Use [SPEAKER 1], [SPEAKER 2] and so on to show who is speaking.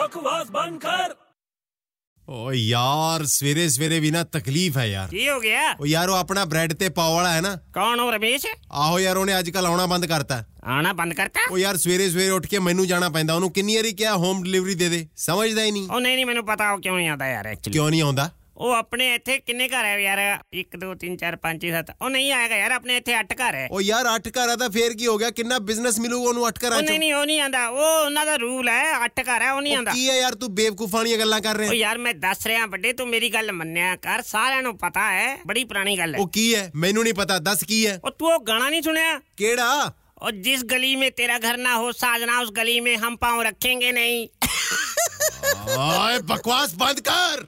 [SPEAKER 1] बकवास बंद कर
[SPEAKER 2] ਓ ਯਾਰ ਸਵੇਰੇ ਸਵੇਰੇ ਵੀ ਨਾ ਤਕਲੀਫ ਹੈ ਯਾਰ
[SPEAKER 3] ਕੀ ਹੋ ਗਿਆ
[SPEAKER 2] ਓ ਯਾਰ ਉਹ ਆਪਣਾ ਬ੍ਰੈਡ ਤੇ ਪਾਓ ਵਾਲਾ ਹੈ ਨਾ
[SPEAKER 3] ਕੌਣ ਹੋ ਰਮੇਸ਼
[SPEAKER 2] ਆਹੋ ਯਾਰ ਉਹਨੇ ਅੱਜ ਕੱਲ ਆਉਣਾ ਬੰਦ ਕਰਤਾ
[SPEAKER 3] ਆਣਾ ਬੰਦ ਕਰਤਾ
[SPEAKER 2] ਓ ਯਾਰ ਸਵੇਰੇ ਸਵੇਰੇ ਉੱਠ ਕੇ ਮੈਨੂੰ ਜਾਣਾ ਪੈਂਦਾ ਉਹਨੂੰ ਕਿੰਨੀ ਵਾਰੀ ਕਿਹਾ ਹੋਮ ਡਿਲੀਵਰੀ ਦੇ ਦੇ ਸਮਝਦਾ ਹੀ ਨਹੀਂ
[SPEAKER 3] ਉਹ ਨਹੀਂ ਨਹੀਂ ਮੈਨੂੰ ਪਤਾ ਉਹ ਕਿਉਂ ਨਹੀਂ ਆਉਂਦਾ ਯਾਰ ਐਕਚੁਅਲੀ
[SPEAKER 2] ਕਿਉਂ ਨਹੀਂ ਆਉਂਦਾ
[SPEAKER 3] ਉਹ ਆਪਣੇ ਇੱਥੇ ਕਿੰਨੇ ਘਰ ਹੈ ਯਾਰ 1 2 3 4 5 6 7 ਉਹ ਨਹੀਂ ਆਏਗਾ ਯਾਰ ਆਪਣੇ ਇੱਥੇ 8 ਘਰ ਹੈ
[SPEAKER 2] ਓ ਯਾਰ ਅੱਠ ਘਰਾਂ ਦਾ ਫੇਰ ਕੀ ਹੋ ਗਿਆ ਕਿੰਨਾ ਬਿਜ਼ਨਸ ਮਿਲੂਗਾ ਉਹਨੂੰ ਅੱਠ ਘਰਾਂ
[SPEAKER 3] ਉਹ ਨਹੀਂ
[SPEAKER 2] ਚ
[SPEAKER 3] ਨਹੀਂ ਉਹ ਨਹੀਂ ਆਂਦਾ ਉਹ ਉਹਨਾਂ ਦਾ ਰੂਲ ਹੈ 8 ਘਰ ਹੈ ਉਹ ਨਹੀਂ ਆਂਦਾ
[SPEAKER 2] ਕੀ ਹੈ ਯਾਰ ਤੂੰ ਬੇਵਕੂਫਾਣੀਆਂ ਗੱਲਾਂ
[SPEAKER 3] ਉਹ
[SPEAKER 2] ਕਰ ਰਿਹਾ
[SPEAKER 3] ਯਾਰ ਮੈਂ ਦੱਸ ਰਿਹਾ ਵੱਡੇ ਤੂੰ ਮੇਰੀ ਗੱਲ ਮੰਨਿਆ ਕਰ ਸਾਰਿਆਂ ਨੂੰ ਪਤਾ ਹੈ ਬੜੀ ਪੁਰਾਣੀ ਗੱਲ ਹੈ
[SPEAKER 2] ਉਹ ਕੀ ਹੈ ਮੈਨੂੰ ਨਹੀਂ ਪਤਾ ਦੱਸ ਕੀ ਹੈ
[SPEAKER 3] ਉਹ ਤੂੰ ਉਹ ਗਾਣਾ ਨਹੀਂ ਸੁਣਿਆ
[SPEAKER 2] ਕਿਹੜਾ
[SPEAKER 3] और जिस गली में तेरा घर ना हो साजना उस गली में हम पाँव रखेंगे नहीं
[SPEAKER 2] ਓਏ ਬਕਵਾਸ ਬੰਦ ਕਰ